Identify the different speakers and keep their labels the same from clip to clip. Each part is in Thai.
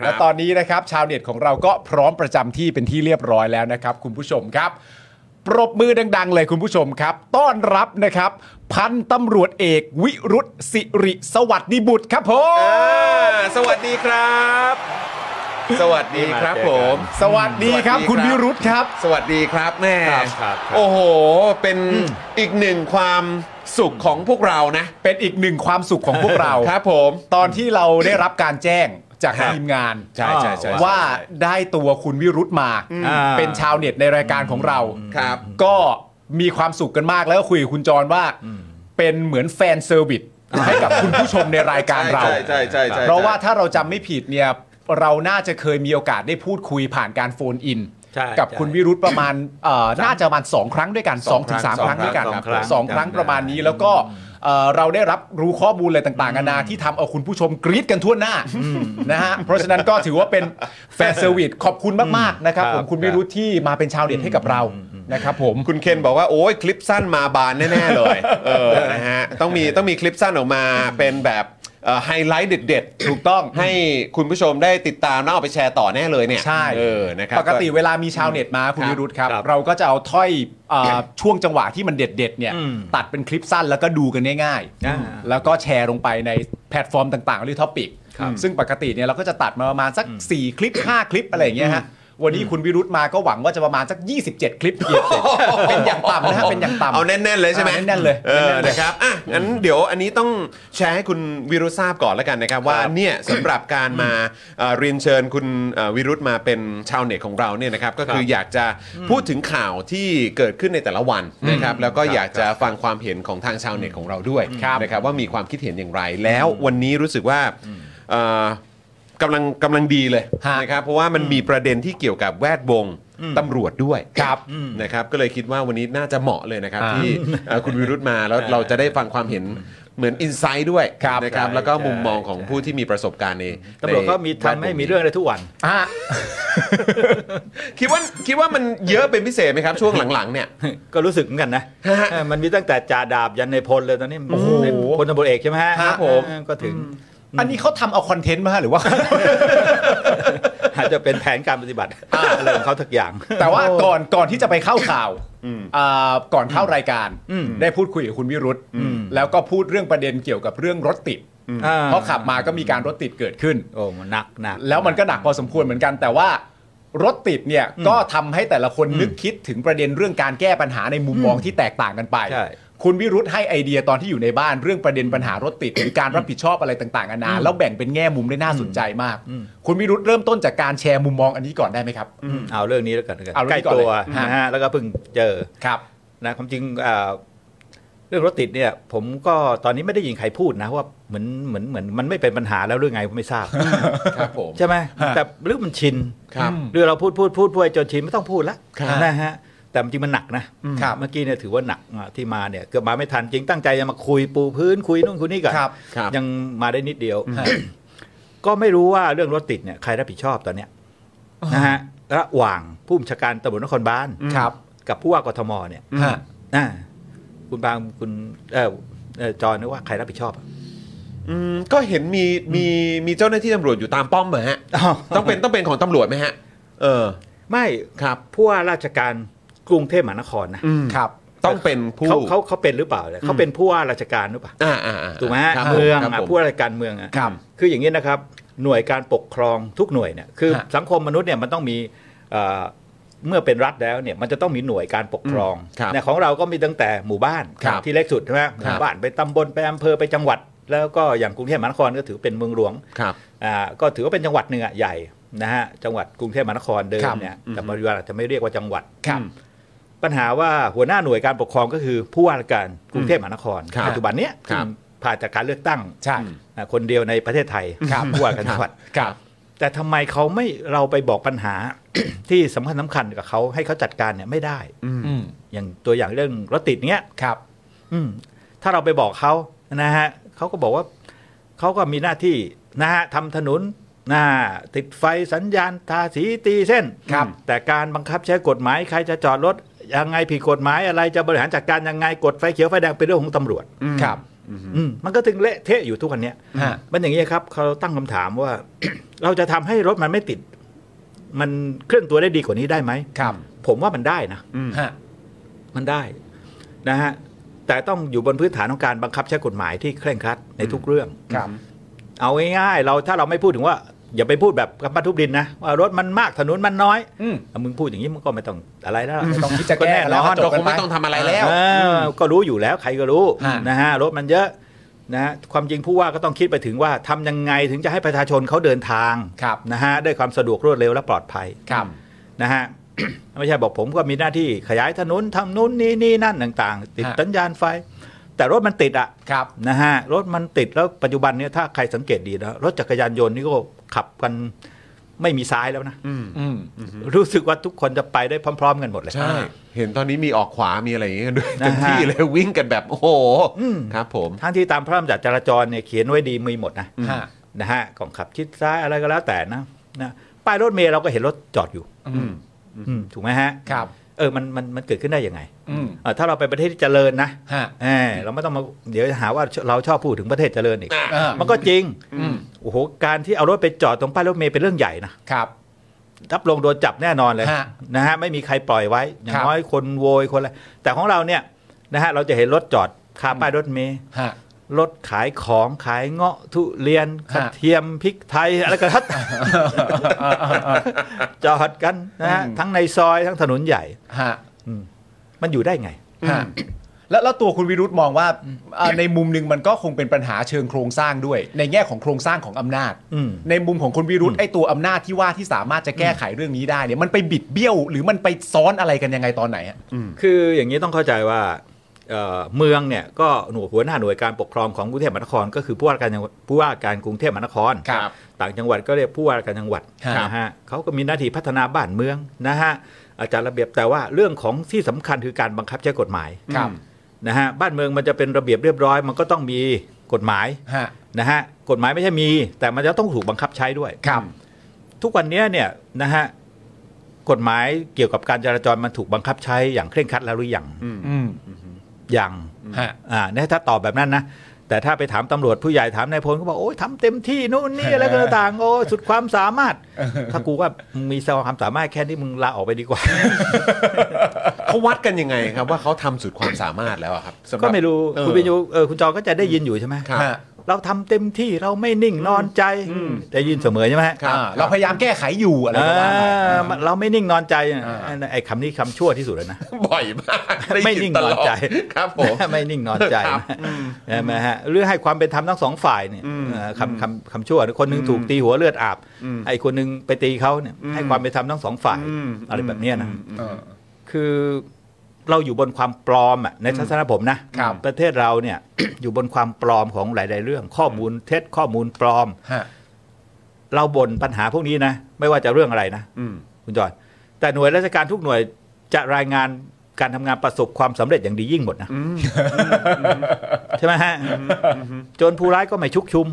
Speaker 1: ครับและตอนนี้นะครับชาวเน็ตของเราก็พร้อมประจำที่เป็นที่เรียบร้อยแล้วนะครับ คุณผู้ชมครับ ปรบมือดัง ๆ เลยคุณผู้ชมครับ ต้อนรับนะครับ พันตำรวจเอกวิรุษสิริสวัสดิบุตรครับผม
Speaker 2: อ่าสวัสดีครับ สวัสดีครับผม
Speaker 1: สวัสดีครับ
Speaker 2: สวัสดีครับ
Speaker 1: คุณวิรุษครับ
Speaker 2: สวัสดีครับแม่
Speaker 3: ครับครับครับ
Speaker 2: โอ้โห เป็นอีกหนึ่งความสุขของพวกเรานะ
Speaker 1: เป็นอีกหนึ่งความสุขของพวกเรา
Speaker 2: ครับผม
Speaker 1: ตอนที่เราได้รับการแจ้งจาก
Speaker 2: ครับ
Speaker 1: ทีมงาน
Speaker 2: ใช่ใช่ใช่
Speaker 1: ว่าได้ตัวคุณวิรุธมา
Speaker 3: อ่า
Speaker 1: เป็นชาวเน็ตในรายการของเรา
Speaker 2: ครับ
Speaker 1: ก็มีความสุขกันมากแล้วก็คุยกับคุณจรว่า เป็นเหมือนแฟนเซอร์วิสให้กับคุณผู้ชมในรายการเรา
Speaker 2: ใช่ใช่ใช่ใช่
Speaker 1: เพราะว่าถ้าเราจำไม่ผิดเนี่ยเราน่าจะเคยมีโอกาสได้พูดคุยผ่านการโฟนอิน
Speaker 3: ใช่
Speaker 1: กับคุณวิรุธประมาณเอ่อน่าจะประมาณ 2 ครั้งด้วยกัน2ถึง3ค
Speaker 2: ครั้
Speaker 1: รั้ง
Speaker 2: ง
Speaker 1: ด้วยกัน
Speaker 2: สองครั้ง
Speaker 1: สองครั้ง
Speaker 3: จำได้
Speaker 1: ประมาณนี้แล้วก็เอ่อเราได้รับรู้ข้อมูลอะไรต่างๆนานาที่ทำเอาคุณผู้ชมกรี๊ดกันทั่วหน้านะฮะเพราะฉะนั้นก็ถือว่าเป็น แฟนเซอร์วิสขอบคุณมากๆนะครับผมคุณวิรุธที่มาเป็นชาวเด็ดให้กับเรานะครับผม
Speaker 2: คุณเคนบอกว่าโอ้ยคลิปสั้นมาบานแน่ๆเลยเออนะฮะต้องมีต้องมีคลิปสั้นออกมาเป็นแบบเอ่อไฮไลท์เด็ดๆ ถูกต้องให้คุณผู้ชมได้ติดตามแล้วเอาไปแชร์ต่อแน่เลยเนี่ย
Speaker 1: ใช่
Speaker 2: เออนะครับ
Speaker 1: ปกติเวลามีชาวเน็ตมาคุณ
Speaker 2: ครับ
Speaker 1: วิรุธครับ
Speaker 3: ครับ
Speaker 1: เราก็จะเอาถ้อยเอ่อช่วงจังหวะที่มันเด็ดๆเนี่ย
Speaker 3: อืม
Speaker 1: ตัดเป็นคลิปสั้นแล้วก็ดูกันง่าย
Speaker 3: อ่า
Speaker 1: ๆ แล้วก็แชร์ลงไปในแพลตฟอร์มต่างๆ หรือท็อปิกซึ่งปกติเนี่ยเราก็จะตัดมาประมาณสัก 4 คลิป 5 คลิปอะไรอย่างเงี้ยฮะวันนี้คุณวิรุธมาก็หวังว่าจะประมาณสัก 27 คลิปเป็นอย่างต่ำนะฮะเป็นอย่างต่ำ
Speaker 2: เอาแน่นๆเลยใช่ไหม
Speaker 1: เอาแน่นๆเลย
Speaker 2: เออ
Speaker 1: แน่นๆเลย
Speaker 2: นะครับอ่ะงั้นเดี๋ยวอันนี้ต้องแชร์ให้คุณวิรุธทราบก่อนแล้วกันนะครับ ว่าเนี่ยสำหรับการมา เอ่อเรียนเชิญคุณเอ่อวิรุธมาเป็นชาวเน็ตของเราเนี่ยนะครับก็คืออยากจะพูดถึงข่าวที่เกิดขึ้นในแต่ละวันนะครับแล้วก็อยากจะฟังความเห็นของทางชาวเน็ตของเราด้วยนะครับว่ามีความคิดเห็นอย่างไร แล้ววันนี้รู้สึกว่าเอ่อกำลังกำลังดีเลย
Speaker 1: ฮะ
Speaker 2: นะครับเพราะว่ามันมีประเด็นที่เกี่ยวกับแวดวงตำรวจด้วย
Speaker 1: ครับ
Speaker 2: นะครับก็เลยคิดว่าวันนี้น่าจะเหมาะเลยนะครับ
Speaker 1: อ่า
Speaker 2: ที่เอ่อคุณวิรุธมาแล้วเราจะได้ฟังความเห็นเหมือนอินไซด์ด้วย
Speaker 1: ครับ
Speaker 2: นะครับ
Speaker 3: ใช่
Speaker 2: แล้วก็มุม
Speaker 3: ใช่
Speaker 2: มองของผู้ที่มีประสบการณ์ใน
Speaker 3: ตำรวจก็มี
Speaker 2: ในแวดว
Speaker 3: ทำให้มีเรื่องอะไรทุก วัน
Speaker 1: อ่ะ
Speaker 2: คิดว่าคิดว่ามันเยอะเป็นพิเศษไหมครับ ช่วงหลังๆเนี่ย
Speaker 3: ก็รู้สึกเหมือนกันนะเออมันมีตั้งแต่จ่าดาบยันในพลเลยตอนนี้
Speaker 1: โอ้โห
Speaker 3: ในพลตำรวจเอกใช่ไหมฮะ
Speaker 1: ครับผม
Speaker 3: เออก็ถึง
Speaker 1: อันนี้เขาทำเอาคอนเทนต์มาฮะหรือว่า
Speaker 3: อาจจะเป็นแผนการปฏิบัติอะไรของเขาทุกอย่าง
Speaker 1: แต่ว่าก่อนก่อนที่จะไปเข้าข่าวอ่าก่อนเข้ารายการ
Speaker 3: อืม
Speaker 1: ได้พูดคุยกับคุณวิรุธ
Speaker 3: อืม
Speaker 1: แล้วก็พูดเรื่องประเด็นเกี่ยวกับเรื่องรถติด
Speaker 3: อ่
Speaker 1: เพราะขับมาก็มีการรถติดเกิดขึ้น
Speaker 3: โอ้มันหนักหนัก
Speaker 1: แล้วมันก็หนักพอสมควรเหมือนกัน แต่ว่ารถติดเนี่ยก็ทำให้แต่ละคนนึกคิดถึงประเด็นเรื่องการแก้ปัญหาในมุมมองที่แตกต่างกันไป
Speaker 3: ใช่
Speaker 1: คุณวิรุธให้ไอเดียตอนที่อยู่ในบ้านเรื่องประเด็นปัญหารถติดหรือการรับผิดชอบอะไรต่างๆนานาแล้วแบ่งเป็นแง่มุมได้น่าสนใจมาก คุณวิรุธเริ่มต้นจากการแชร์มุมมองอันนี้ก่อนได้ไหมครับ
Speaker 3: อืมเอาเรื่องนี้แล้วกันแล้วกัน
Speaker 1: เอาเรื่อ
Speaker 3: ใก
Speaker 1: ง
Speaker 3: ล้
Speaker 1: นี้ก่อน
Speaker 3: ตัว
Speaker 1: เลยฮะ
Speaker 3: นะฮะแล้วก็เพิ่งเจอ
Speaker 1: ครับ
Speaker 3: นะความจริงเอ่อเรื่องรถติดเนี่ย ผมก็ตอนนี้ไม่ได้ยินใครพูดนะว่าเหมือนเหมือนเหมือนมันไม่เป็นปัญหาแล้วหรือไงผมไม่ทราบ
Speaker 2: ครับผม
Speaker 3: ใช่ไหม
Speaker 1: ฮะ
Speaker 3: แต่หรือมันชิน
Speaker 2: ครับ
Speaker 3: หรือเราพูดพูดพูดพูดไปจนชินไม่ต้องพูดละ
Speaker 1: ครับ
Speaker 3: นะฮะแต่จริงมันหนักนะครับ เมื่อกี้เนี่ยถือว่าหนักอ่ะที่มาเนี่ยเกือบมาไม่ทันจริงตั้งใจจะมาคุยปูพื้นคุยนู่นคุยนี่ก่อน
Speaker 1: ครับ
Speaker 2: ครับ
Speaker 3: ยังมาได้นิดเดียว
Speaker 1: ฮะ
Speaker 3: ก็ไม่รู้ว่าเรื่องรถติดเนี่ยใครรับผิดชอบตอนเนี้ยนะฮะระหว่างผู้บัญชาการตำรวจนครบาล
Speaker 1: ครับ
Speaker 3: กับผู้ว่ากทมเนี่ย
Speaker 1: ฮะ
Speaker 3: อ่าคุณบางคุณเออเอ่อจอนึกว่าใครรับผิดชอบอะ
Speaker 2: อืมก็เห็นมีมีมีเจ้าหน้าที่ตำรวจอยู่ตามป้อมเหรอฮะต้องเป็นต้องเป็นของตำรวจไหมฮะ เออ
Speaker 3: ไม่
Speaker 2: ครับ
Speaker 3: ผู้ว่าราชการกรุงเทพมหานครนะ
Speaker 1: รับ
Speaker 2: ต้องเป็นผู้
Speaker 3: เขาเขาเขาเป็นหรือเปล่าเนี่ยเขาเป็นผู้ว่าราชการหรือเปล่า
Speaker 2: อ่าอ่าอ่า
Speaker 3: ถูกไหมฮะ
Speaker 2: ครับผ
Speaker 3: เมือง
Speaker 2: ครับ
Speaker 3: อะ
Speaker 2: ผม
Speaker 3: ผู้ว่าราชการเมืองอะ
Speaker 1: ครับ
Speaker 3: คืออย่างนี้นะครับ หน่วยการปกครองทุกหน่วยเนี่ยคือ
Speaker 1: ฮะ
Speaker 3: สังคมมนุษย์เนี่ยมันต้องมีเอ่อเมื่อเป็นรัฐแล้วเนี่ยมันจะต้องมีหน่วยการปกครอง
Speaker 2: ครับ
Speaker 3: เนี่ยของเราก็มีตั้งแต่หมู่บ้าน
Speaker 2: ครับ
Speaker 3: ที่เล็กสุดใช่ไหมห
Speaker 2: ครั
Speaker 3: มู่
Speaker 2: บ
Speaker 3: บ้านไปตำบลไปอำเภอไปจังหวัด แล้วก็อย่างกรุงเทพมหานครก็ถือเป็นเมืองหลวง
Speaker 2: ครับ
Speaker 3: อ่าก็ถือว่าเป็นจังหวัดหนึ่งอ่ะใหญ่นะฮะจังหวัดกรุงเทพมหานครเดิม
Speaker 1: ครับ
Speaker 3: เนี่ยแต่ปัจจุบันอาจจะไม่เรียกว่าจังหวัด
Speaker 1: ครับ
Speaker 3: ปัญหาว่าหัวหน้าหน่วยการปกครองก็คือผู้ว่าราชการกรุงเทพมหานคร
Speaker 2: ครับ
Speaker 3: ปัจจุบันเนี้ย
Speaker 2: ครับ
Speaker 3: ผ่านจากการเลือกตั้ง
Speaker 1: ใช่
Speaker 3: อ่าคนเดียวในประเทศไทย
Speaker 1: ครับ
Speaker 3: ผู้ว่าการจังหวัด
Speaker 1: ครับ
Speaker 3: แต่ทำไมเขาไม่เราไปบอกปัญหา ที่สำคัญสำคัญกับเขาให้เขาจัดการเนี่ยไม่ได้
Speaker 1: อืม
Speaker 3: อย่างตัวอย่างเรื่องรถติดเนี้ย
Speaker 1: ครับ
Speaker 3: อืมถ้าเราไปบอกเขานะฮะเขาก็บอกว่าเขาก็มีหน้าที่นะฮะทำถนนนะติดไฟสัญญาณทาสีตีเส้น
Speaker 1: ครับ
Speaker 3: แต่การบังคับใช้กฎหมายใครจะจอดรถยังไงผิดกฎหมายอะไรจะบริหารจัดการยังไงกฎไฟเขียวไฟแดงเป็นเรื่องของตำรวจ
Speaker 1: ครับ
Speaker 3: อืมมันก็ถึงเละเทะอยู่ทุกวันเนี้ย
Speaker 1: ฮะ
Speaker 3: มันอย่างนี้ยครับเขาตั้งคำถามว่า เราจะทำให้รถมันไม่ติด มันเคลื่อนตัวได้ดีกว่านี้ได้ไหม
Speaker 1: ครับ
Speaker 3: ผมว่ามันได้นะ
Speaker 1: ฮะ
Speaker 3: มันได้นะฮะแต่ต้องอยู่บนพื้นฐานของการบังคับใช้กฎหมายที่เคร่งครัดในทุกเรื่อง
Speaker 1: ครับ
Speaker 3: เอาง่ายๆเราถ้าเราไม่พูดถึงว่า อย่าไปพูดแบบกับปัทุบดินนะว่ารถมันมากถนนมันน้อย
Speaker 1: อืม
Speaker 3: เอามึงพูดอย่างนี้มันก็ไม่ต้องอะไรแล้วล่ะ
Speaker 1: ไม่ต้องคิดจะแก้กันแล้ว
Speaker 3: ก็แน่นอน
Speaker 1: จ
Speaker 2: เรา
Speaker 1: บ
Speaker 2: ค
Speaker 1: กัน
Speaker 2: ง
Speaker 1: ไป
Speaker 2: ไม่ต้องทำอะไรแล้ว
Speaker 3: เออก็รู้อยู่แล้วใครก็รู้
Speaker 1: ฮะ
Speaker 3: นะฮะรถมันเยอะนะฮะความจริงผู้ว่าก็ต้องคิดไปถึงว่าทำยังไงถึงจะให้ประชาชนเขาเดินทาง
Speaker 1: ครับ
Speaker 3: นะฮะด้วยความสะดวกรวดเร็วและปลอดภัย
Speaker 1: ครับ
Speaker 3: นะฮ ะ ไม่ใช่บอกผมก็มีหน้าที่ขยายถนนทำนู้นนี่นี่นั่นต่างๆ ติด
Speaker 1: ฮะ
Speaker 3: สัญญาณไฟ แต่รถมันติดอะ
Speaker 1: ครับ
Speaker 3: นะฮะรถมันติดแล้วปัจจุบันเนี่ยถ้าใครสังเกตดีนะรถจักรยานยนต์นี่ก็ขับกันไม่มีซ้ายแล้วนะ
Speaker 1: อืม
Speaker 3: รู้สึกว่าทุกคนจะไปได้พร้อม ๆ กันหมดเลย
Speaker 2: ใช่ เห็นตอนนี้มีออกขวามีอะไรอย่างเงี้ยกันด้วย
Speaker 3: นะฮะ
Speaker 2: เต็มที่เลยวิ่งกันแบบ โอ้โห
Speaker 3: อืม
Speaker 2: ครับผม
Speaker 3: ทั้งที่ตามพระราชบัญญัติจราจรเนี่ยเขียนไว้ดีมีหมดนะ
Speaker 1: ฮะ
Speaker 3: นะฮะของขับชิดซ้ายอะไรก็แล้วแต่นะนะป้ายรถเมล์เราก็เห็นรถจอดอยู่
Speaker 1: อืม
Speaker 3: อืมถูกไหมฮะ
Speaker 1: ครับ
Speaker 3: เออมันมันมันเกิดขึ้นได้ยังไง
Speaker 1: อืม
Speaker 3: เออถ้าเราไปประเทศที่เจริญนะ
Speaker 1: ฮะ
Speaker 3: เออเราไม่ต้องมาเดี๋ยวหาว่าเราชอบพูดถึงประเทศเจริญอีก
Speaker 1: เออ
Speaker 3: มันก็จริง
Speaker 1: อืม
Speaker 3: โอ้โหการที่เอารถไปจอดตรงป้ายรถเมล์เป็นเรื่องใหญ่นะครับ รับรองโดนจับแน่นอนเลย
Speaker 1: ฮะ
Speaker 3: นะฮะไม่มีใครปล่อยไว้ อย่า
Speaker 1: ครั
Speaker 3: ง
Speaker 1: บ
Speaker 3: น้อยคนโวยคนอะไรแต่ของเราเนี่ยนะฮะเราจะเห็นรถจอดคาป้ายรถเมล์
Speaker 1: ฮะ
Speaker 3: รถขายของขายเงาะทุเรียน
Speaker 1: ฮะ
Speaker 3: กระเทียมพริกไทยอะไรก็แล้วแต่
Speaker 1: เออเออเออ
Speaker 3: จอดกันนะฮะ
Speaker 1: อืม
Speaker 3: ทั้งในซอยทั้งถนนใหญ่
Speaker 1: ฮะ
Speaker 3: อืมมันอยู่ได้ไง
Speaker 1: ฮะแล้วแล้วตัวคุณวิรุธมองว่าเอ่อในมุมหนึ่งมันก็คงเป็นปัญหาเชิงโครงสร้างด้วย ในแง่ของโครงสร้างของอำนาจ
Speaker 3: อืม
Speaker 1: ในมุมของคุณวิรุธไอ้ตัวอำนาจที่ว่าที่สามารถจะแก้ไขเรื่องนี้ได้เนี่ยมันไปบิดเบี้ยว หรือมันไปซ้อนอะไรกันยังไงตอนไหนฮะ
Speaker 3: คืออย่างนี้ต้องเข้าใจว่าเอ่อเมืองเนี่ยก็หน่วยหัวหน้าหน่วยการปกครองของกรุงเทพมหานคร ก็คือผู้ว่าการจังหวัดผู้ว่าการกรุงเทพมหานคร
Speaker 1: ครับ
Speaker 3: ต่างจังหวัดก็เรียกผู้ว่าการจังหวัด
Speaker 1: ครับ
Speaker 3: นะฮะเขาก็มีหน้าที่พัฒนาบ้านเมืองนะฮะอาจารย์ระเบียบแต่ว่าเรื่องของที่สำคัญคือการบังคับใช้กฎหมาย
Speaker 1: ครับ
Speaker 3: นะฮะบ้านเมืองมันจะเป็นระเบียบเรียบร้อย มันก็ต้องมีกฎหมาย
Speaker 1: ฮะ
Speaker 3: นะฮะกฎหมายไม่ใช่มี แต่มันจะต้องถูกบังคับใช้ด้วย
Speaker 1: ครับ
Speaker 3: ทุกวันเนี้ยเนี่ยนะฮะกฎหมายเกี่ยวกับการจราจรมันถูกบังคับใช้อย่างเคร่งครัดแล้วหรือยัง
Speaker 1: อืม
Speaker 3: อย่าง
Speaker 1: ฮะ
Speaker 3: อ่าเนี่ยถ้าตอบแบบนั้นนะ แต่ถ้าไปถามตำรวจผู้ใหญ่ถามนายพลก็บอก โอ้ยทำเต็มที่นู่นนี่อะไรก็ต่างๆโอ้ยสุดความสามารถ ถ้ากูว่ามึงมีความสามารถแค่นี้มึงลาออกไปดีกว่า
Speaker 2: เขาวัดกันยังไงครับว่าเขาทำสุดความสามารถแล้วอะครับสำหบ
Speaker 3: ก็ไม่รู้
Speaker 2: เออ
Speaker 3: คุณวิญยูเออคุณจอก็จะได้ยินอยู่ใช่ไหม
Speaker 2: ครับ
Speaker 1: ฮะ
Speaker 3: เราทำเต็มที่เราไม่นิ่งนอนใจได้ยินเสมอใช่ไหมฮะ
Speaker 2: ครับ
Speaker 1: อ่าเราพยายามแก้ไขอยู่อะไร
Speaker 3: เอ
Speaker 1: ประมาณนั้น
Speaker 3: อเราไม่นิ่งนอนใจ
Speaker 1: อ่า
Speaker 3: ไอ้คำนี้คำชั่วที่สุดเลยนะ
Speaker 2: บ่อยมากด้
Speaker 3: ไม่นิ่งนอนใจ
Speaker 2: ตลดครับผม
Speaker 3: ไม่นิ่งนอนใจ
Speaker 2: ครับ
Speaker 3: ใช่ไหมฮะเรื่องให้ความเป็นธรรมทั้งสองฝ่ายเนี่ยเอ่อคำคำคำชั่วคนหนึงถูกตีหัวเลือดอาบไอ้คนหนึงไปตีเขาเนี่ยให้ความเป็นธรรมทั้งสองฝ่าย
Speaker 2: อืม
Speaker 3: อะไรแบบเนี้ยนะ
Speaker 1: เออ
Speaker 3: คือเราอยู่บนความปลอมอะในทัศนะผมนะครับ ประเทศเราเนี่ย อยู่บนความปลอมของหลาย ๆ เรื่อง ข้อมูลเท็จข้อมูลปลอม
Speaker 1: ฮะ
Speaker 3: เราบ่นปัญหาพวกนี้นะไม่ว่าจะเรื่องอะไรนะ
Speaker 2: อืม
Speaker 3: คุณจอยแต่หน่วยราชการทุกหน่วยจะรายงานการทำงานประสบความสำเร็จอย่างดียิ่งหมดนะ
Speaker 2: อืม
Speaker 3: ใช่ไหมฮะโจรผู้ร้ายก็ไม่ชุกชุม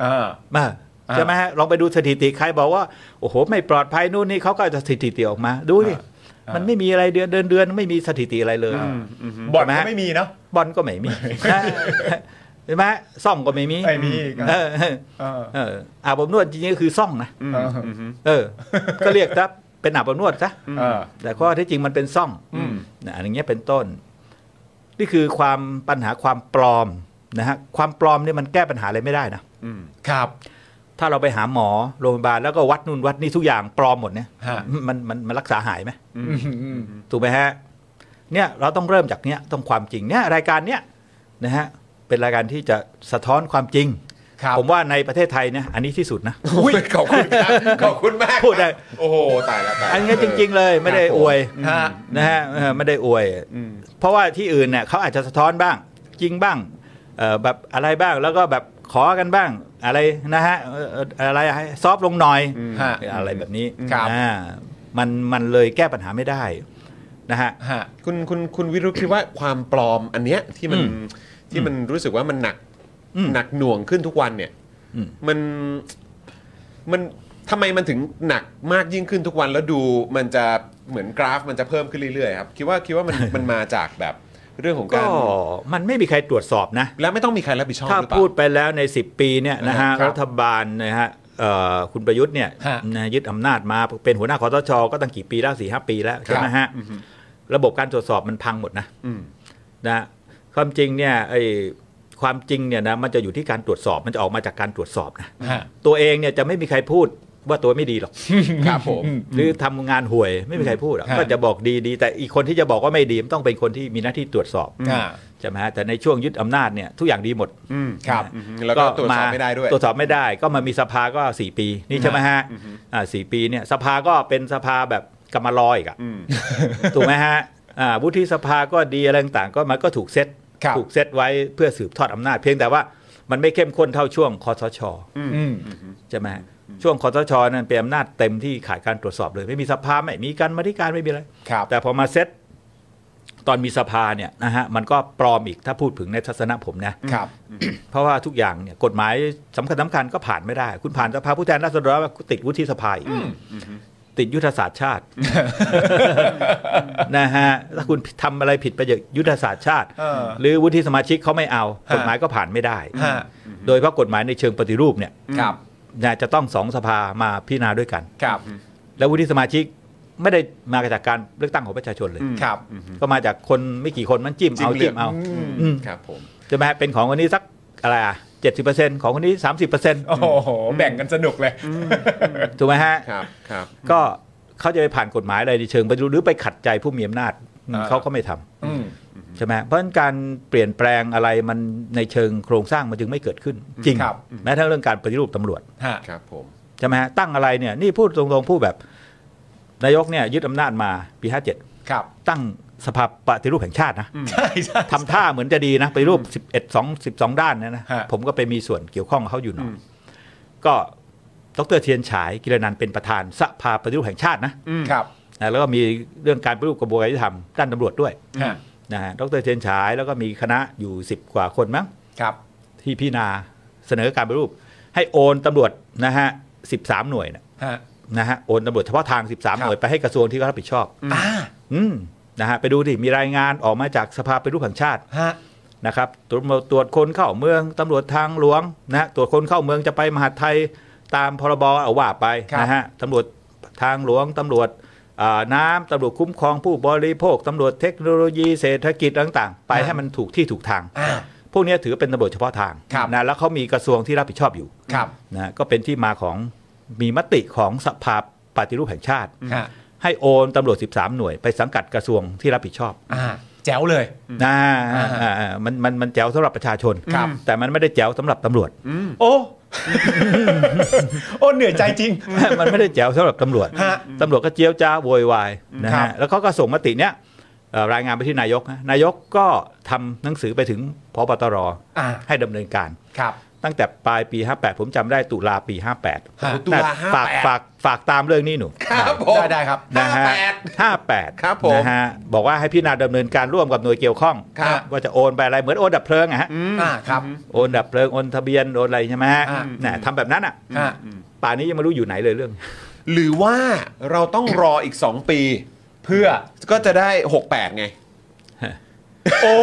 Speaker 1: เออ
Speaker 3: มา
Speaker 1: อ่า
Speaker 3: ใช่ไหมฮะลองไปดูสถิติใครบอกว่า โอ้โห ไม่ปลอดภัยนู่นนี่เขาก็เอาสถิติออกมา ดูดิมันไม่มีอะไรเดือนเดือนเดือนไม่มีสถิติอะไรเลย
Speaker 1: บ่อน
Speaker 3: ใช่
Speaker 1: ก็
Speaker 3: ไหมฮะ
Speaker 1: ไม่มีเนาะ
Speaker 3: บอลก็ไม่มีนะใช่ไหมซ่องก็ไม่มี
Speaker 1: ไม่มีอีกอ่ะ
Speaker 3: เออเออ
Speaker 1: เออ
Speaker 3: เอออาบอบนวดจริงๆก็คือซ่องนะ
Speaker 1: เออ
Speaker 3: เออ ก็เรียกซะเป็นอาบอบนวดซะ
Speaker 1: เออ
Speaker 3: แต่ข้อที่จริงมันเป็นซ่อง
Speaker 1: อืม
Speaker 3: นะอันอย่างเงี้ยเป็นต้น นี่คือความปัญหาความปลอมนะฮะความปลอมเนี่ยมันแก้ปัญหาอะไรไม่ได้นะ
Speaker 1: ครับ
Speaker 3: ถ้าเราไปหาหมอโรงพยาบาลแล้วก็วัดนู่นวัดนี่ทุกอย่างปลอมหมดเนี่ย
Speaker 1: ฮะ
Speaker 3: มันมันมันรักษาหายไหม
Speaker 1: อืมอืม
Speaker 3: ถูกไหมฮะเนี่ยเราต้องเริ่มจากเนี้ยต้องความจริงเนี่ยรายการเนี้ยนะฮะเป็นรายการที่จะสะท้อนความจริง
Speaker 1: ครับ
Speaker 3: ผมว่าในประเทศไทยเนี่ยอันนี้ที่สุดนะ
Speaker 2: อุ้ยขอบคุณครับ ขอบคุณมาก
Speaker 3: พูดได้
Speaker 2: โอ้โห ตายแล้วตายแล้ว
Speaker 3: อันนี้จริง ๆ เลยไม่ได้
Speaker 2: ครับผม
Speaker 3: อวย
Speaker 1: ฮะ
Speaker 3: นะฮะเออไม่ได้อวย
Speaker 2: อืม
Speaker 3: เพราะว่าที่อื่นเนี่ยเขาอาจจะสะท้อนบ้าง จริงบ้างเอ่อแบบอะไรบ้างแล้วก็แบบขอกันบ้างอะไรนะฮะเอ่อเอ่ออะไรให้ซอฟต์ลงหน่อย
Speaker 1: ฮะ
Speaker 3: อะไรแบบนี้
Speaker 1: ครับ
Speaker 3: อ่ามันมันเลยแก้ปัญหาไม่ได้นะฮะ
Speaker 1: ฮะ
Speaker 2: คุณคุณคุณวิรุธคิดว่าความปลอมอันเนี้ยที่มัน
Speaker 3: อืม
Speaker 2: ที่มันรู้สึกว่ามันหนัก
Speaker 3: อืม
Speaker 2: หนักหน่วงขึ้นทุกวันเนี่ย
Speaker 3: อืม
Speaker 2: มันมันทำไมมันถึงหนักมากยิ่งขึ้นทุก วันแล้วดูมันจะเหมือนกราฟมันจะเพิ่มขึ้นเรื่อยๆครับคิดว่าคิดว่ามัน มันมาจากแบบ เรื่องของ
Speaker 3: ก็
Speaker 2: การ
Speaker 3: มันไม่มีใครตรวจสอบนะ
Speaker 2: แล้วไม่ต้องมีใครรับผิดชอบ
Speaker 3: ถ้า
Speaker 2: หรือเปล่า
Speaker 3: พูดไปแล้วใน 10 ปีเนี่ยนะฮะ
Speaker 1: ครับ
Speaker 3: รัฐบาลนะฮะเอ่อคุณประยุทธ์เนี่ย
Speaker 1: ฮะ
Speaker 3: นะยึดอำนาจมาเป็นหัวหน้าคอสชก็ตั้งกี่ปีแล้วสี่ห้าปีแล้ว
Speaker 1: ครับ
Speaker 3: ใช่ไหมฮะระบบการตรวจสอบมันพังหมดนะ
Speaker 2: อืม
Speaker 3: นะความจริงเนี่ยไอ้ความจริงเนี่ยนะมันจะอยู่ที่การตรวจสอบมันจะออกมาจากการตรวจสอบนะ
Speaker 1: ฮะ
Speaker 3: ตัวเองเนี่ยจะไม่มีใครพูดว่าตัวไม่ดีหรอก
Speaker 2: ครับผม
Speaker 3: หรือทำงานห่วยไม่มีใครพูดหรอก
Speaker 1: ฮะ
Speaker 3: ก็จะบอกดีดีแต่อีกคนที่จะบอกว่าไม่ดีมันต้องเป็นคนที่มีหน้าที่ตรวจสอบ
Speaker 1: อ่า
Speaker 3: ใช่ไหมฮะแต่ในช่วงยึดอำนาจเนี่ยทุกอย่างดีหมด
Speaker 2: อืม
Speaker 1: ครับ
Speaker 2: อืมแล้วก็ตรวจสอบไม่ได้ด้วย
Speaker 3: ตรวจสอบไม่ได้ก็มามีสภาก็สี่ปี นี่ใช่ไหมฮะอ่าสี่ปีเนี่ยสภาก็เป็นสภาแบบกรรมลอยอีกอะ
Speaker 2: อืม
Speaker 3: ถูกไหมฮะอ่าวุฒิสภาก็ดีอะไรต่างๆก็มันก็ถูกเซต
Speaker 1: ครับ
Speaker 3: ถูกเซตไว้เพื่อสืบทอดอำนาจ เพียงแต่ว่ามันไม่เข้มข้นเท่าช่วงคอสช
Speaker 1: อืม
Speaker 3: ใช่ไหมฮะช่วงคอสชนั่นเป็นอำนาจเต็มที่ขาดการตรวจสอบเลย ไม่มีสภาไม่มีการมาธิการไม่มีอะไร
Speaker 1: ครับ
Speaker 3: แต่พอมาเซตตอนมีสภาเนี่ยนะฮะมันก็ปลอมอีกถ้าพูดถึงในทัศนะผมนะ
Speaker 1: ครับ
Speaker 3: เพราะว่าทุกอย่างเนี่ยกฎหมายสำคัญสำคัญก็ผ่านไม่ได้ คุณผ่านสภาผู้แทนราษฎรแล้วคุณติดวุฒิสภาอีกติดยุทธศาสตร์ชาตินะฮะถ้าคุณทำอะไรผิดไปจากยุทธศาสตร์ชาติ
Speaker 1: เออ
Speaker 3: หรือวุฒิสมาชิกเขาไม่เอา
Speaker 1: ฮะ
Speaker 3: กฎหมายก็ผ่านไม่ได้
Speaker 1: ฮะ
Speaker 3: โดยเฉพาะกฎหมายในเชิงปฏิรูปเนี่ย
Speaker 1: ครับ
Speaker 3: นะจะต้องสองสภามาพิจารณาด้วยกัน
Speaker 1: ครับ
Speaker 3: แล้ววุฒิสมาชิกไม่ได้มาจากการเลือกตั้งของประชาชนเลย
Speaker 1: ครับ
Speaker 3: ก็มาจากคนไม่กี่คนมันจิ้มเอาจิ้มเอา อืม
Speaker 2: ครับผม
Speaker 3: จะมาเป็นของคนนี้สักอะไรอ่ะเจ็ดสิบเปอร์เซ็นต์ของคนนี้สามสิบเปอร์เซ็นต์
Speaker 1: โอ้โห แบ่งกันสนุกเลย
Speaker 3: ถูกไหมฮะ
Speaker 2: ครับ ครับ
Speaker 3: ก็เขาจะไปผ่านกฎหมายอะไรในเชิงปฏิรูปหรือไปขัดใจผู้มีอำนาจอืม
Speaker 1: อ่า
Speaker 3: เขาก็ไม่ทำ
Speaker 1: อืม
Speaker 3: ใช่ไหมเพราะฉะนั้นการเปลี่ยนแปลงอะไรมันในเชิงโครงสร้างมันจึงไม่เกิดขึ้น จริง
Speaker 1: ครับ
Speaker 3: แม้ทั้งเรื่องการปฏิรูปตำรวจ
Speaker 1: ฮะ
Speaker 2: ครับผม
Speaker 3: ใช่ไหมฮะตั้งอะไรเนี่ยนี่พูดตรงๆพูดแบบ นายกเนี่ยยึดอำนาจมาปี
Speaker 1: ครับ
Speaker 3: 57 ตั้งสภาปฏิรูปแห่งชาตินะ
Speaker 1: ใช่ใช่
Speaker 3: ทำท่าเหมือนจะดีนะปฏิรูป 11 2 12 ด้านเนะนะ
Speaker 1: ฮะ
Speaker 3: ผมก็ไปมีส่วนเกี่ยวข้องกับเขาอยู่หน่อยก็ดรเทียนฉายกิรนันท์เป็นประธานสภาปฏิรูปแห่งชาตินะ
Speaker 1: ครับ
Speaker 3: นะแล้วก็มีเรื่องการปฏิรูปกระบวนการยุติธรรมด้านตำรวจด้วย
Speaker 1: ฮะ
Speaker 3: นะฮะดรเชนฉายแล้วก็มีคณะอยู่ 10 กว่าคนมั้ง
Speaker 1: ครับ
Speaker 3: ที่พิจารณาเสนอการปฏิรูป ให้โอนตำรวจนะฮะ13 หน่วยนะ
Speaker 1: ฮะ
Speaker 3: นะฮะโอนตำรวจเฉพาะทาง 13 หน่วยไปให้กระทรวงที่เขารับผิดชอบ
Speaker 1: อ่า
Speaker 3: อืมนะฮะไปดูดิมีรายงานออกมาจากสภาปฏิรูปแห่งชาติ
Speaker 1: ฮะ
Speaker 3: นะครับตำรวจตรวจคนเข้าเมืองตำรวจทางหลวงนะฮะตรวจคนเข้าเมืองจะไปมหาดไทยตามพรบเอาว่าไป
Speaker 1: ครับ
Speaker 3: นะฮะตำรวจทางหลวงตำรวจอ่าน้ำตำรวจคุ้มครองผู้บริโภคตำรวจเทคโนโลยีเศรษฐกิจต่างๆ ไปให้มันถูกที่ถูกทาง
Speaker 1: อ่า
Speaker 3: พวกเนี้ยถือเป็นตำรวจเฉพาะทาง
Speaker 1: ครับ
Speaker 3: นะแล้วเขามีกระทรวงที่รับผิดชอบอยู่
Speaker 1: ครับ
Speaker 3: นะก็เป็นที่มาของมีมติของสภาปฏิรูปแห่งชาติ
Speaker 1: ฮะ
Speaker 3: ให้โอนตำรวจ 13 หน่วยไปสังกัดกระทรวงที่รับผิดชอบ
Speaker 1: อ่า แจ๋วเลย
Speaker 3: นะ
Speaker 1: อ่า
Speaker 3: อ่าอ่ามันมันมันแจ๋วสำหรับประชาชน
Speaker 1: ครับ
Speaker 3: แต่มันไม่ได้แจ๋วสำหรับตำรวจ
Speaker 1: โอ้ โอ้ เหนื่อยใจจริง
Speaker 3: มัน ไม่ได้แจ๋วสำหรับตำรวจ
Speaker 1: ฮะ
Speaker 3: ตำรวจก็เจียวจ้าโวยวายนะครับ ฮะแล้วเขาก็ส่งมติเนี้ยเอ่อรายงานไปที่นายกนะนายกก็ทำหนังสือไปถึงพบตร
Speaker 1: อ่า
Speaker 3: ให้ดำเนินการ
Speaker 1: ครับ
Speaker 3: ตั้งแต่ปลายปี 58 ผมจำได้ตุลาปี 58
Speaker 1: ฮะ
Speaker 2: ตุลา
Speaker 3: ฝาก
Speaker 2: 58
Speaker 3: ฝากฝากตามเรื่องนี้หนู
Speaker 2: ครับผม
Speaker 1: ได้ได้ครับ
Speaker 3: นะฮะห้าแปด
Speaker 2: ครับผม
Speaker 3: นะฮะบอกว่าให้พี่นาดำเนินการร่วมกับหน่วยเกี่ยวข้อง
Speaker 1: ครับ
Speaker 3: ว่าจะโอนไปอะไรเหมือนโอนดับเพลิงอะฮะ
Speaker 1: อ่า ครับ
Speaker 3: โอนดับเพลิงโอนทะเบียนโอนอะไรใช่ไหมฮะ
Speaker 1: อ่า
Speaker 3: น่ะทำแบบนั้นอ่ะ
Speaker 1: ฮะ
Speaker 3: ป่านนี้ยังไม่รู้อยู่ไหนเลยเรื่อง
Speaker 2: หรือว่าเราต้องรออีก 2 ปี
Speaker 1: เพื่อ
Speaker 2: ก็จะได้ 68 ไง โอ้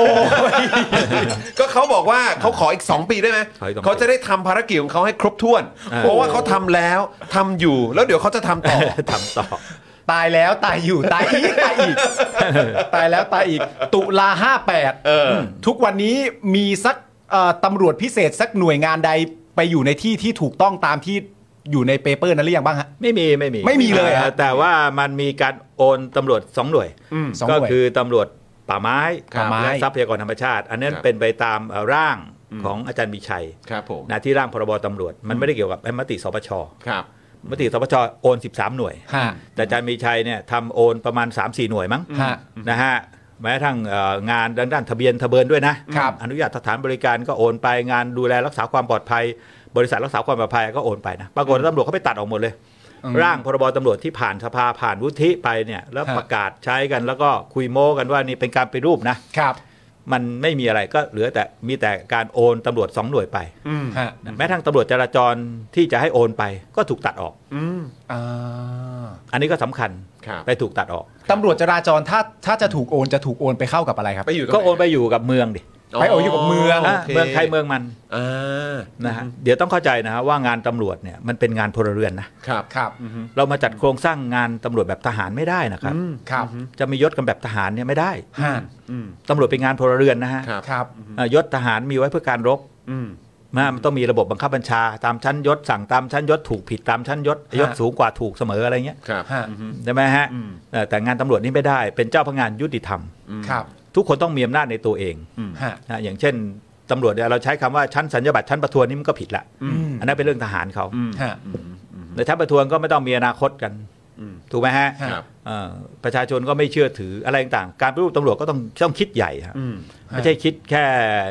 Speaker 2: ย ก็เขาบอกว่าเขาขออีก 2 ปีได้ไหม
Speaker 3: ขออีกสองปี
Speaker 2: เขาจะได้ทำภารกิจของเขาให้ครบถ้วน
Speaker 3: เออ
Speaker 2: เพราะว่าเขาทำแล้วทำอยู่แล้วเดี๋ยวเขาจะทำ ต่อ
Speaker 3: ทำต่อ
Speaker 1: ตายแล้วตายอยู่ ตายอีก ตายอีก ตายแล้วตายอีก ตุลาห้าแปด
Speaker 2: เออ
Speaker 1: ทุกวันนี้มีสักเอ่อตำรวจพิเศษสักหน่วยงานใดไปอยู่ในที่ที่ถูกต้องตามที่อยู่ในเปเปอร์นั้นหรือยังบ้างฮะ
Speaker 3: ไม่มีไม่มี
Speaker 1: ไม่มีเลยอะ
Speaker 3: อ่อแต่ว่ามันมีการโอนตำรวจสองหน่วย
Speaker 1: สองหน่
Speaker 3: ก็
Speaker 1: วย
Speaker 3: คือตำรวจป่าไม้
Speaker 1: ป่าไม้
Speaker 3: และทรัพยากรธรรมชาติ อันนั้น
Speaker 2: ครับ
Speaker 3: เป็นไปตามเอ่อร่างของอาจารย์มีชัย
Speaker 2: ครับผม
Speaker 3: นะที่ร่างพรบตำรวจ มันไม่ได้เกี่ยวกับมติสปช
Speaker 2: ครับ
Speaker 3: มติสปชโอน13 หน่วย
Speaker 1: ฮะ
Speaker 3: แต่อาจารย์มีชัยเนี่ยทำโอนประมาณ 3 4 หน่วยมั้ง
Speaker 1: ฮะ
Speaker 3: นะฮะแม้กระทั่งเอ่องานด้านด้านทะเบียนทะเบินด้วยนะครับ อนุญาตสถานบริการก็โอนไปงานดูแลรักษาความปลอดภัย บริษัทรักษาความปลอดภัยก็โอนไปนะปรากฏว่าตำรวจเขาไปตัดออกหมดเลย ร่างพรบตำรวจที่ผ่านสภาผ่านวุฒิไปเนี่ยแล้ว
Speaker 1: ฮะ
Speaker 3: ประกาศใช้กันแล้วก็คุยโม้กันว่านี่เป็นการไปรูปนะครับมันไม่มีอะไรก็เหลือแต่มีแต่การโอนตำรวจสองหน่วยไป
Speaker 1: ฮะ
Speaker 3: แม้กระทั่งตำรวจจราจรที่จะให้โอนไปก็ถูกตัดออก
Speaker 1: อ่า
Speaker 3: อันนี้ก็สำคัญ
Speaker 2: ครับ
Speaker 3: ไปถูกตัดออก
Speaker 1: ตำรวจจราจรถ้าถ้าจะถูกโอนจะถูกโอนไปเข้ากับอะไรครับ
Speaker 2: ไปอยู่ตรง
Speaker 3: ก็
Speaker 2: ไห
Speaker 3: โอนไปอยู่กับเมืองดิ
Speaker 1: ไปโอนอยู่กับเมือง
Speaker 3: อ่ะ
Speaker 2: โค
Speaker 3: เมืองใครเมืองมัน
Speaker 2: อ่า
Speaker 3: นะฮะเดี๋ยวต้องเข้าใจนะฮะว่างานตำรวจเนี่ยมันเป็นงานพลเรือนนะครับ
Speaker 1: ครับ
Speaker 3: เรามาจัดโครงสร้างงานตำรวจแบบทหารไม่ได้นะครับ
Speaker 1: ครับ
Speaker 3: จะมียศกันแบบทหารเนี่ยไม่ได้
Speaker 1: ห้า
Speaker 2: อืม
Speaker 3: ตำรวจเป็นงานพลเรือนนะฮะ
Speaker 2: ครับ
Speaker 1: ครับ
Speaker 3: เอ่อยศทหารมีไว้เพื่อการรบ
Speaker 2: อืม
Speaker 3: นะมันต้องมีระบบบังคับบัญชา ตามชั้นยศสั่งตามชั้นยศถูกผิดตามชั้นยศยศสูงกว่าถูกเสมออะไรเงี้ย
Speaker 2: ครับ
Speaker 1: ฮะ
Speaker 3: ใช่ไหมฮะเอ่อแต่งานตำรวจนี่ไม่ได้ เป็นเจ้าพนักงานยุติธรรม
Speaker 1: ครับ
Speaker 3: ทุกคนต้องมีอำนาจในตัวเอง
Speaker 1: ฮะ
Speaker 3: นะอย่างเช่นตำรวจเนี่ยเราใช้คำว่าชั้นสัญญาบัตรชั้นประทวนนี่มันก็ผิดละ
Speaker 1: อืม
Speaker 3: อันนั้นเป็นเรื่องทหารเขา
Speaker 1: ฮะ
Speaker 3: ในชั้นประทวนก็ไม่ต้องมีอนาคตกันถูกไหมฮะ
Speaker 1: ครับ
Speaker 3: เอ่อประชาชนก็ไม่เชื่อถืออะไรต่างๆการปฏิรูปตำรวจก็ต้องต้องคิดใหญ่ฮะ
Speaker 2: อืม
Speaker 3: ไม่ใช่คิดแค่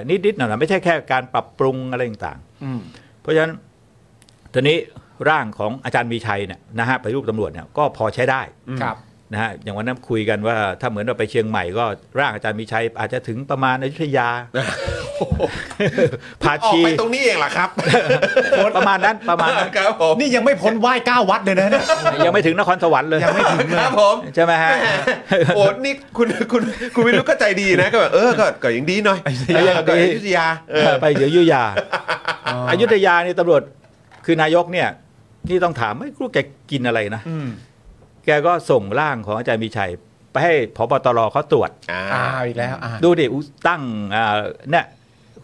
Speaker 3: นิดๆหน่อยๆไม่ใช่แค่การปรับปรุงอะไรต่าง
Speaker 1: อืม
Speaker 3: ๆ เพราะฉะนั้นตอนนี้ร่างของอาจารย์มีชัยเนี่ยนะฮะไปฏิรูปตำรวจเนี่ยก็พอใช้ได้
Speaker 1: ครับ
Speaker 3: นะฮะอย่างวันนั้นคุยกันว่า ถ้าเหมือนเราไปเชียงใหม่ก็ร่างอาจารย์มีชัยอาจจะถึงประมาณอยุธยา พา
Speaker 2: ออก
Speaker 3: ชี
Speaker 2: ไปตรงนี้เองเหรอครับ
Speaker 3: ประมาณนั้นประมาณนั้น
Speaker 2: ครับผม
Speaker 1: นี่ยังไม่พ้นไหว้เก้าวัดเลยนะเนี่ย
Speaker 3: ยังไม่ถึงนครสวรรค์เลย
Speaker 1: ยังไม่ถึง
Speaker 2: ครับผม
Speaker 3: ใช่ไหมฮะ
Speaker 2: โอ้นี่คุณคุณคุณวิรุธก็ใจดีนะก็แบบเออก็ก็ยังดีหน่อยเออก็อยุธยาเออ
Speaker 3: ไปเดี๋ยวอยุธยาอยุธยาเนี่ยตำรวจคือนายกเนี่ยที่ต้องถามไม่รู้แกกินอะไรนะ
Speaker 1: อืม
Speaker 3: แกก็ส่งร่างของอาจารย์มีชัย ไปให้พบตรเขาตรวจ
Speaker 2: อ่า
Speaker 1: อ้าวอีกแล้วอ่า
Speaker 3: ดูดิอุตั้งอ่าเนี่ย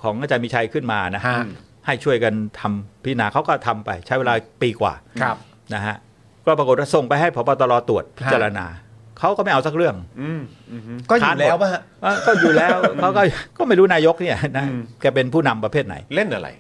Speaker 3: ของอาจารย์มีชัยขึ้นมานะ
Speaker 1: ฮะ
Speaker 3: ให้ช่วยกันทำพิจารณาเขาก็ทำไปใช้เวลาปีกว่า
Speaker 1: ครับ
Speaker 3: นะฮะก็ปรากฏว่าส่งไปให้พบตรตรวจพิจารณาเขาก็ไม่เอาสักเรื่อง
Speaker 2: อืมอืม
Speaker 1: ก็อยู่แล้วป่ะฮะ
Speaker 3: เอ้าก็อยู่แล้ว เขาก็ก็ไม่รู้นายกเนี่ยนะ
Speaker 2: อืม
Speaker 3: แกเป็นผู้นำประเภทไหน
Speaker 2: เล่นอะไร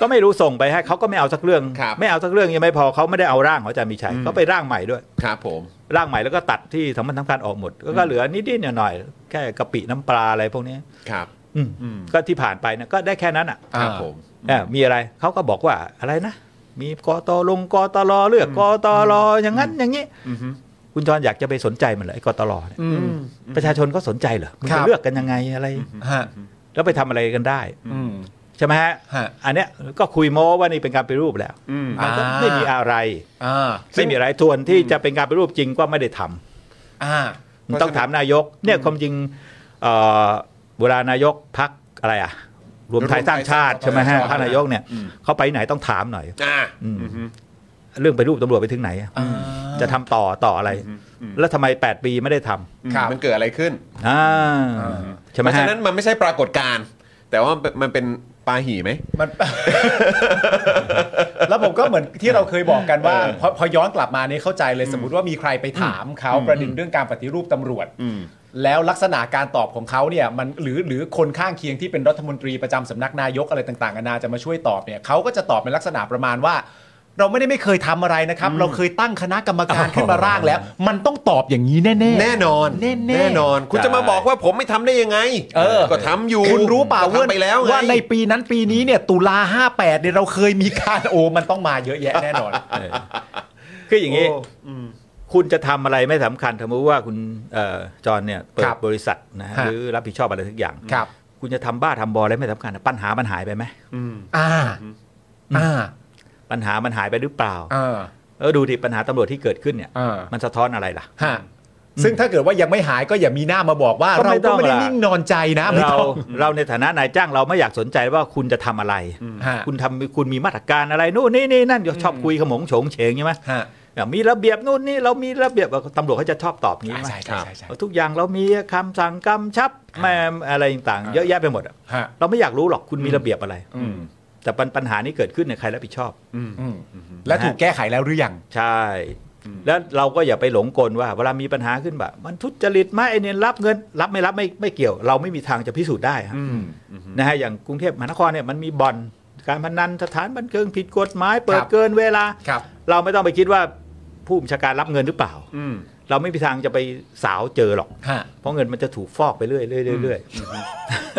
Speaker 3: ก็ไม่รู้ส่งไปให้เขาก็ไม่เอาสักเรื่อง
Speaker 2: ครับ
Speaker 3: ไม่เอาสักเรื่องยังไม่พอเขาไม่ได้เอาร่างของอาจารย์มีชัย
Speaker 2: อืม
Speaker 3: เขาไปร่างใหม่ด้วย
Speaker 2: ครับผม
Speaker 3: ร่างใหม่แล้วก็ตัดที่สำคัญสำคัญออกหมด ก็เหลือนิดๆหน่อยๆแค่กะปิน้ำปลาอะไรพวกเนี้ย
Speaker 2: ครับ
Speaker 3: อืม
Speaker 2: อืม
Speaker 3: ก็ที่ผ่านไปนะก็ได้แค่นั้นอ่ะ
Speaker 2: ครับ
Speaker 1: อ่า
Speaker 2: ผม
Speaker 3: เอ่อมีอะไรเขาก็บอกว่าอะไรนะ มีกตลงกตลเลือกกตลอย่างนั้นอย่างนี้
Speaker 2: อือฮึ
Speaker 3: คุณจรอยากจะไปสนใจมันเหรอไอ้กตลเนี่ย
Speaker 1: อืม
Speaker 3: ประชาชนก็สนใจเหรอมัน
Speaker 1: ครั
Speaker 3: จะ
Speaker 1: บ
Speaker 3: เลือกกันยังไงอะไร
Speaker 1: ฮะ
Speaker 3: แล้วไปทำอะไรกันได้
Speaker 1: อืม
Speaker 3: ใช่ไหมฮะ
Speaker 1: ฮะ
Speaker 3: อันเนี้ยก็คุยโม้ว่านี่เป็นการไปฏิรูปแล้ว
Speaker 2: อืม
Speaker 3: มันก็ไม่มีอะไร
Speaker 1: อ่า
Speaker 3: ไม่มีอะไรส่วนที่จะเป็นการไปฏิรูปจริงก็ไม่ได้ทำ
Speaker 1: อ่า
Speaker 3: มันต้องถามนายกเนี่ยความจริงเอ่อเวลานายกพักอะไรอะรวมไทยสร้างชาติใช่ไหมฮะ
Speaker 1: รวมไทยสร้างชาติ
Speaker 3: พรรคนายกเนี่ย
Speaker 2: อืม
Speaker 3: เขาไปไหนต้องถามหน่อย
Speaker 2: อ่า
Speaker 3: อืม
Speaker 2: อือฮึ
Speaker 3: เรื่องไปรูปตำรวจไปถึงไหนอะ
Speaker 1: อ่า
Speaker 3: จะทำต่อต่ออะไร
Speaker 2: อืมอืม
Speaker 3: แล้วทำไม 8 ปีไม่ได้ทำ
Speaker 1: ครับ
Speaker 2: มันเกิดอะไรขึ้น
Speaker 3: อ่าใช่ไห
Speaker 2: เพ
Speaker 3: ม
Speaker 2: ราะฉะ
Speaker 3: ฮะ
Speaker 2: นั้นมันไม่ใช่ปรากฏการณ์แต่ว่ามันเป็นปาหี่ไหม
Speaker 1: มัน แล้วผมก็เหมือนที่เราเคยบอกกันว่าพอพอย้อนกลับมาเนี่ยเข้าใจเลยสมมติว่ามีใครไปถามเขาประเด็นเรื่องการปฏิรูปตำรวจ
Speaker 2: อืม
Speaker 1: แล้วลักษณะการตอบของเขาเนี่ยมันหรือหรือคนข้างเคียงที่เป็นรัฐมนตรีประจำสำนักนายกอะไรต่างๆนานาจะมาช่วยตอบเนี่ยเขาก็จะตอบในลักษณะประมาณว่า เราไม่ได้ไม่เคยทำอะไรนะครับ เราเคยตั้งคณะกรรมการขึ้นมาร่าง แล้ว มันต้องตอบอย่างนี้แน่
Speaker 2: แน่นอน
Speaker 1: แน่ๆ
Speaker 2: นอน คุณจะมาบอกว่าผมไม่ทำได้ยังไง
Speaker 1: เออ
Speaker 2: ก็ทำอยู่
Speaker 1: คุณรู้เปล่า
Speaker 2: ก็
Speaker 1: ว่า
Speaker 2: ทำไปแล้วไง
Speaker 1: ว่าในปีนั้นปีนี้เนี่ยตุลา58เนี่ยเราเคยมีการ โอมันต้องมาเยอะแยะแน่นอน
Speaker 3: เออคืออย่างนี้คุณจะทำอะไรไม่สำคัญสมมติว่าคุณเอ่อจอห์นเนี่ยเปิ
Speaker 1: ครั
Speaker 3: ด
Speaker 1: บบ
Speaker 3: ริษัทนะฮะ
Speaker 1: ฮะ
Speaker 3: หรือรับผิดชอบอะไรทุกอย่าง
Speaker 1: ครับ
Speaker 3: คุณจะทำบ้าทำบออะไรไม่สำคัญอะปัญหามันหายไปไหม
Speaker 2: อืม
Speaker 1: อ่าอ่า
Speaker 3: ปัญหามันหายไปหรือเปล่า
Speaker 1: เออ
Speaker 3: เออดูดิปัญหาตำรวจที่เกิดขึ้นเนี่ย
Speaker 1: เออ
Speaker 3: มันสะท้อนอะไรล่ะ
Speaker 1: ฮะซึ่งถ้าเกิดว่ายังไม่หายก็อย่ามีหน้ามาบอกว่า
Speaker 3: ก็
Speaker 1: เรา
Speaker 3: ไม่ต้
Speaker 1: ก็
Speaker 3: อง
Speaker 1: ไม่ได้
Speaker 3: ล่ะ
Speaker 1: นิ่งนอนใจนะไม่
Speaker 3: เรา
Speaker 1: ต้อง
Speaker 3: เราในฐานะนายจ้างเราไม่อยากสนใจว่าคุณจะทำอะไร
Speaker 1: ฮะ
Speaker 3: คุณทำคุณมีมาตรการอะไรนู่นนี่นี่นั่นชอบคุยขมงโฉงเฉงใช่ไหม
Speaker 1: ฮะ
Speaker 3: เนี่ยมีระเบียบนู่นนี่เรามีระเบียบตำรวจเขาจะชอบตอบอย่างนี้ไหม
Speaker 1: ใช่ใช่ใช่ใช่
Speaker 3: ทุกอย่างเรามีคำสั่งกำชับแม่อะไรต่างๆเยอะแยะไปหมดอะ
Speaker 1: ฮะ
Speaker 3: เราไม่อยากรู้หรอกคุณมีระเบียบอะไร
Speaker 2: อืม
Speaker 3: แต่ปัญปัญหานี้เกิดขึ้นเนี่ยใครรับผิดชอบ
Speaker 1: อืมและถูกแก้ไขแล้วหรือยัง
Speaker 3: ใช่ แล้วเราก็อย่าไปหลงกลว่าเวลามีปัญหาขึ้นแบบมันทุจริตไหมไอเนี่ยรับเงิน รับไม่รับไม่ไม่เกี่ยว เราไม่มีทางจะพิสูจน์ได้ฮะนะฮะอย่างกรุงเทพมหานครเนี่ยมันมีบ่อนการพนันสถานบันเทิงผิดกฎหมาย เปิ
Speaker 1: ค
Speaker 3: ด
Speaker 1: รับ
Speaker 3: เกินเวลา
Speaker 1: ครับ
Speaker 3: เราไม่ต้องไปคิดว่าผู้บัญชาการรับเงินหรือเปล่า
Speaker 2: อืม
Speaker 3: เราไม่มีทางจะไปสาวเจอหรอก
Speaker 1: ฮะ
Speaker 3: เพราะเงินมันจะถูกฟอกไปเรื่อยๆเรื่อยๆเรื่อย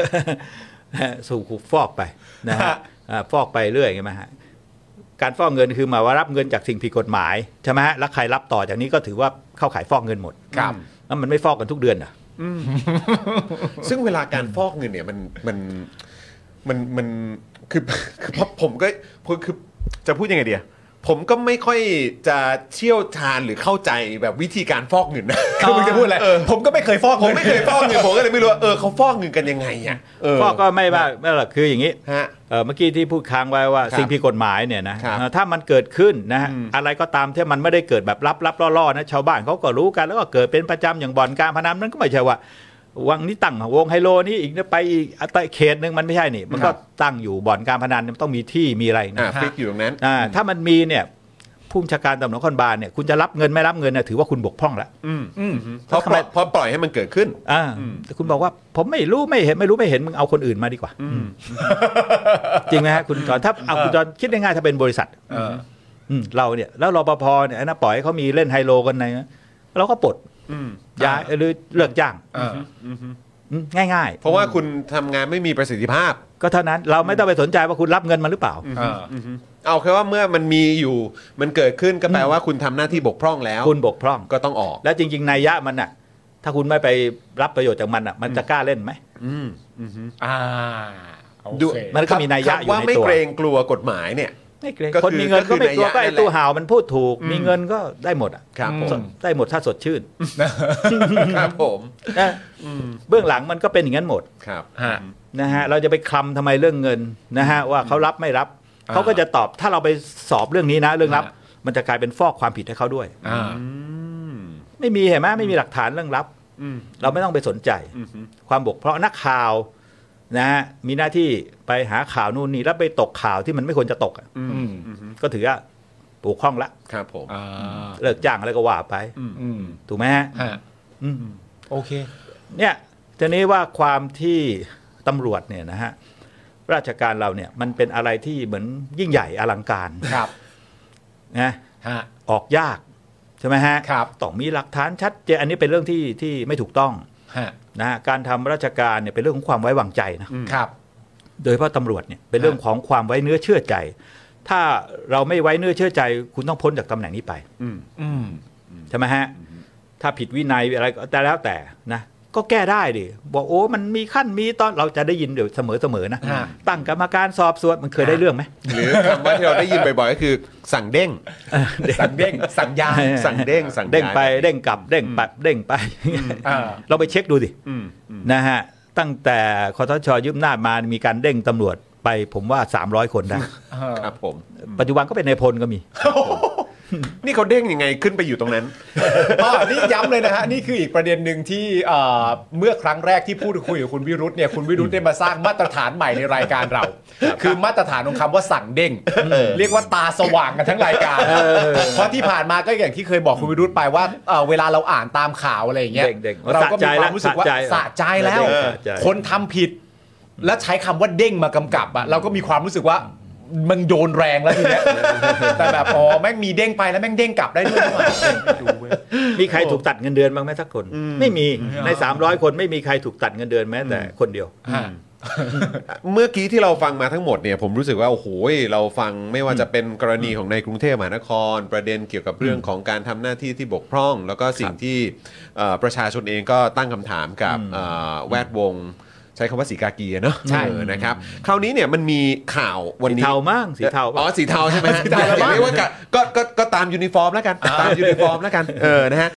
Speaker 3: ๆสู่ ถูกฟอกไปนะ
Speaker 1: ฮะ
Speaker 3: ฮะอ่าฟอกไปเรื่อยใช่ไหมฮะการฟอกเงินคือหมายว่ารับเงินจากสิ่งผิดกฎหมายใช่ไหมฮะแล้วใครรับต่อจากนี้ก็ถือว่าเข้าขายฟอกเงินหมด
Speaker 1: ครับ
Speaker 3: แล้วมันไม่ฟอกกันทุกเดือนเหรอ่ะ
Speaker 2: ซึ่งเวลาการฟอกเงินเนี่ยมันมันมันมันคือคือผมก็คือคือจะพูดยังไงเดีย ผมก็ไม่ค่อยจะเชี่ยวชาญหรือเข้าใจแบบวิธีการฟอกเงินนะ
Speaker 1: คือมึงจะพูดอะไร
Speaker 2: เ
Speaker 1: ผมก็ไม่เคยฟอก
Speaker 2: ผมไม่เคยฟอกเงินผมก็เลยไม่รู้ว่าเออเขาฟอกเงินกันยังไงอ่ะเ
Speaker 3: พ่อก็ไม่ว่าไม่หรอกคืออย่างนี้
Speaker 2: ฮะ
Speaker 3: เอ่อเมื่อกี้ที่พูดค้างไว้ว่า
Speaker 2: ครับ
Speaker 3: สิ่งผิดกฎหมายเนี่ยนะครับ เอ่อถ้ามันเกิดขึ้นนะฮะอะไรก็ตามที่มันไม่ได้เกิดแบบลับๆล่อๆนะชาวบ้านเขาก็รู้กันแล้วก็เกิดเป็นประจำอย่างบ่อนการพนันนั้นก็ไม่ใช่ว่าวังนี้ตั้งวงไฮโลนี่อีกนะไปอีกอ่ะแต่เขตหนึ่งมันไม่ใช่นี่ มันก็
Speaker 2: ครับ
Speaker 3: ตั้งอยู่บ่อนการพนันมันต้องมีที่มีอะไรนะ
Speaker 2: อ่ะฟิกอยู่ตรงนั้น
Speaker 3: อ่าถ้ามันมีเนี่ยผู้บัญชาการตำรวจนครบาลเนี่ยคุณจะรับเงินไม่รับเงินนะถือว่าคุณบกพร่องแล้ว
Speaker 2: อืม
Speaker 1: อืม
Speaker 2: เพราะ
Speaker 3: ทำไม
Speaker 2: เพราะปล่อยให้มันเกิดขึ้น
Speaker 3: อ่าแต่คุณบอกว่าผมไม่รู้ไม่เห็นไม่รู้ไม่เห็นมึงเอาคนอื่นมาดีกว่า จริงไหมฮะคุณจอนถ้าเอาคุณจอนคิดง่ายๆถ้าเป็นบริษัท
Speaker 1: เออ
Speaker 3: อืมเราเนี่ยแล้วรปภเนี่ยนะปล่อยให้เขามีเล่นไฮโลกันในนะเราก็ปลด
Speaker 2: อืม
Speaker 3: ย้ายหรือเลิกจ้าง
Speaker 1: เออ
Speaker 3: อืมง่าย
Speaker 2: เพราะว่าคุณทำงานไม่มีประสิทธิภาพ
Speaker 3: ๆ ก็เท่านั้นเราไม่ต้องไปสนใจว่าคุณรับเงินมาหรือเปล่า
Speaker 1: เออ
Speaker 2: เอาแค่ว่าเมื่อมันมีอยู่มันเกิดขึ้นก็แปลว่าคุณทำหน้าที่บกพร่องแล้ว
Speaker 3: คุณบกพร่อง
Speaker 2: ก็ต้องออก
Speaker 3: และจริง ๆ นัยยะมันน่ะ ถ้าคุณไม่ไปรับประโยชน์จากมันน่ะ มันจะกล้าเล่นไหม
Speaker 2: อืม
Speaker 1: อ่าโอ
Speaker 2: ดู
Speaker 1: เค
Speaker 3: มันก็มีนัยยะอยู่ในตัว
Speaker 2: ว่าไม่เกรงกลัวกฎหมายเนี่ย
Speaker 3: ไม่เกรง
Speaker 2: ก็คือ
Speaker 3: คนมีเงิน
Speaker 2: ก็
Speaker 3: ก็
Speaker 2: คือ
Speaker 3: ไม่กลั
Speaker 2: นัย
Speaker 3: ว
Speaker 2: ยะ
Speaker 3: ก็ไอ้
Speaker 2: นั่นแหละ
Speaker 3: ตู้ห่าวมันพูดถูก
Speaker 2: อืม
Speaker 3: มีเงินก็ได้หมดอ่ะ
Speaker 2: ครับผ
Speaker 1: อื
Speaker 3: ส
Speaker 2: ม
Speaker 3: ดได้หมดถ้าสดชื่น
Speaker 2: ครับผม
Speaker 3: นะเบื้องหลังมันก็เป็นอย่างนั้นหมด
Speaker 2: ครับ
Speaker 1: ฮะ
Speaker 3: นะฮะเราจะไปคลำทำไมเรื่องเงินนะฮะว่าเขารับไม่รับ
Speaker 1: อ่า
Speaker 3: เขาก็จะตอบถ้าเราไปสอบเรื่องนี้นะ เรื่องรับ มันจะกลายเป็นฟอกความผิดให้เขาด้วย
Speaker 1: อ่า
Speaker 2: อืม
Speaker 3: ไม่มีเห็นไหมไม่มีหลักฐานเรื่องรับ
Speaker 2: อืม
Speaker 3: เราไม่ต้องไปสนใจ
Speaker 2: อืมอืม
Speaker 3: ความบกพร่องนักข่าวนะฮะมีหน้าที่ไปหาข่าวนู่นนี่แล้วไปตกข่าวที่มันไม่ควรจะตกอะ
Speaker 2: อืมอืม
Speaker 3: ก็ถือว่าปลูกข้องละ
Speaker 2: ครับผม
Speaker 1: อ่า
Speaker 3: เลิกจ้างอะไรก็ว่าไป
Speaker 1: อืม
Speaker 3: ถูกไหมฮะ
Speaker 1: ฮะ
Speaker 3: อืม
Speaker 1: โอเค
Speaker 3: เนี่ยทีนี้ว่าความที่ตำรวจเนี่ยนะฮะราชการเราเนี่ยมันเป็นอะไรที่เหมือนยิ่งใหญ่อลังการ
Speaker 1: ครับ
Speaker 3: นะ
Speaker 1: ฮะ
Speaker 3: ออกยากใช่ไหมฮะ
Speaker 1: ครับ
Speaker 3: ต้องมีหลักฐานชัดเจนอันนี้เป็นเรื่องที่ที่ไม่ถูกต้อง
Speaker 1: ฮะ
Speaker 3: นะฮะการทำราชการเนี่ยเป็นเรื่องของความไว้วางใจนะ
Speaker 1: ครับ
Speaker 3: โดยเฉพาะตำรวจเนี่ยเป็นเรื่องของความไว้เนื้อเชื่อใจ ถ้าเราไม่ไว้เนื้อเชื่อใจ คุณต้องพ้นจากตำแหน่งนี้ไป
Speaker 2: อืม
Speaker 1: อืม
Speaker 3: ใช่ไหมฮะถ้าผิดวินัยอะไรก็แต่แล้วแต่นะก็แก้ได้ดิบอกโอ้มันมีขั้นมีตอนเราจะได้ยินเดี๋ยวเสมอเสมอๆนะ
Speaker 1: ฮะ
Speaker 3: ตั้งกรรมการสอบสวนมันเคยได้เรื่องไหม
Speaker 2: หรือคำว่าที่เราได้ยินบ่อยๆก็คือสั่งเด้ง
Speaker 1: สั่งเด้ง สั่งยา
Speaker 3: เออ
Speaker 2: สั่งเด้งสั่ง
Speaker 3: เด้ง
Speaker 2: ย้าย
Speaker 3: ไปเด้งกลับเด้งปัดเด้งไป
Speaker 1: เออ
Speaker 3: เราไปเช็คดูดิ
Speaker 2: อืมอืม
Speaker 3: นะฮะตั้งแต่คอทชยึดอำนาจมามีการเด้งตำรวจไปผมว่า 300 คนได้
Speaker 2: ครับผม
Speaker 3: ปัจจุบันก็เป็นนายพลก็มี
Speaker 2: นี่เขาเด้งยังไงขึ้นไปอยู่ตรงนั้น
Speaker 1: อ่านี่ย้ำเลยนะฮะ นี่คืออีกประเด็นหนึ่งที่เอ่อเมื่อครั้งแรกที่พูดคุยกับคุณวิรุธเนี่ยคุณวิรุธได้มาสร้างมาตรฐานใหม่ในรายการเรา คือมาตรฐานของคำว่าสั่งเด้ง เรียกว่าตาสว่างกันทั้งรายการ เพราะที่ผ่านมาก็อย่างที่เคยบอกคุณวิรุธไปว่าเอ่อเวลาเราอ่านตามข่าวอะไรอย่างเงี้ย
Speaker 3: เด้งๆ
Speaker 1: เราก็มีความรู้สึกว่า
Speaker 3: สะใจละ
Speaker 1: สะใจแล้ว
Speaker 3: เออสะใจ
Speaker 1: คนทำผิด และใช้คำว่าเด้งมากำกับอะเราก็มีความรู้สึกว่ามันโยนแรงแล้วทีเนี้ยแต่แบบอ๋อแม่งมีเด้งไปแล้วแม่งเด้งกลับได้ด้วยนี่หว่าดูเว้ย
Speaker 3: มีใครถูกตัดเงินเดือนบ้างไหมสักคน ไม่มีใน 300 คนไม่มีใครถูกตัดเงินเดือนแม้แต่คนเดียว
Speaker 1: ฮะ
Speaker 2: เมื่อกี้ที่เราฟังมาทั้งหมดเนี่ยผมรู้สึกว่าโอ้โหเราฟังไม่ว่าจะเป็นกรณีของในกรุงเทพมหานคร ประเด็นเกี่ยวกับเรื่องของการทำหน้าที่ที่บกพร่อง แล้วก็สิ่งที่เอ่อประชาชนเองก็ตั้งคำถามกับเอ่อแวดวง ใช้คำว่าสีกากีอะเนาะ
Speaker 1: ใช่
Speaker 2: เออนะครับคราวนี้เนี่ยมันมีข่าววัน
Speaker 3: สี
Speaker 2: นี้
Speaker 3: เทามั่งสีเทา
Speaker 2: อ๋
Speaker 3: ปะ
Speaker 2: อสีเทาใช่ไหมฮะอย่าเรียกว่าก็ก็ก็ก็ตามยูนิฟอร์มแล้วกัน ตามยูนิฟอร์มแล้วกันเออนะฮะ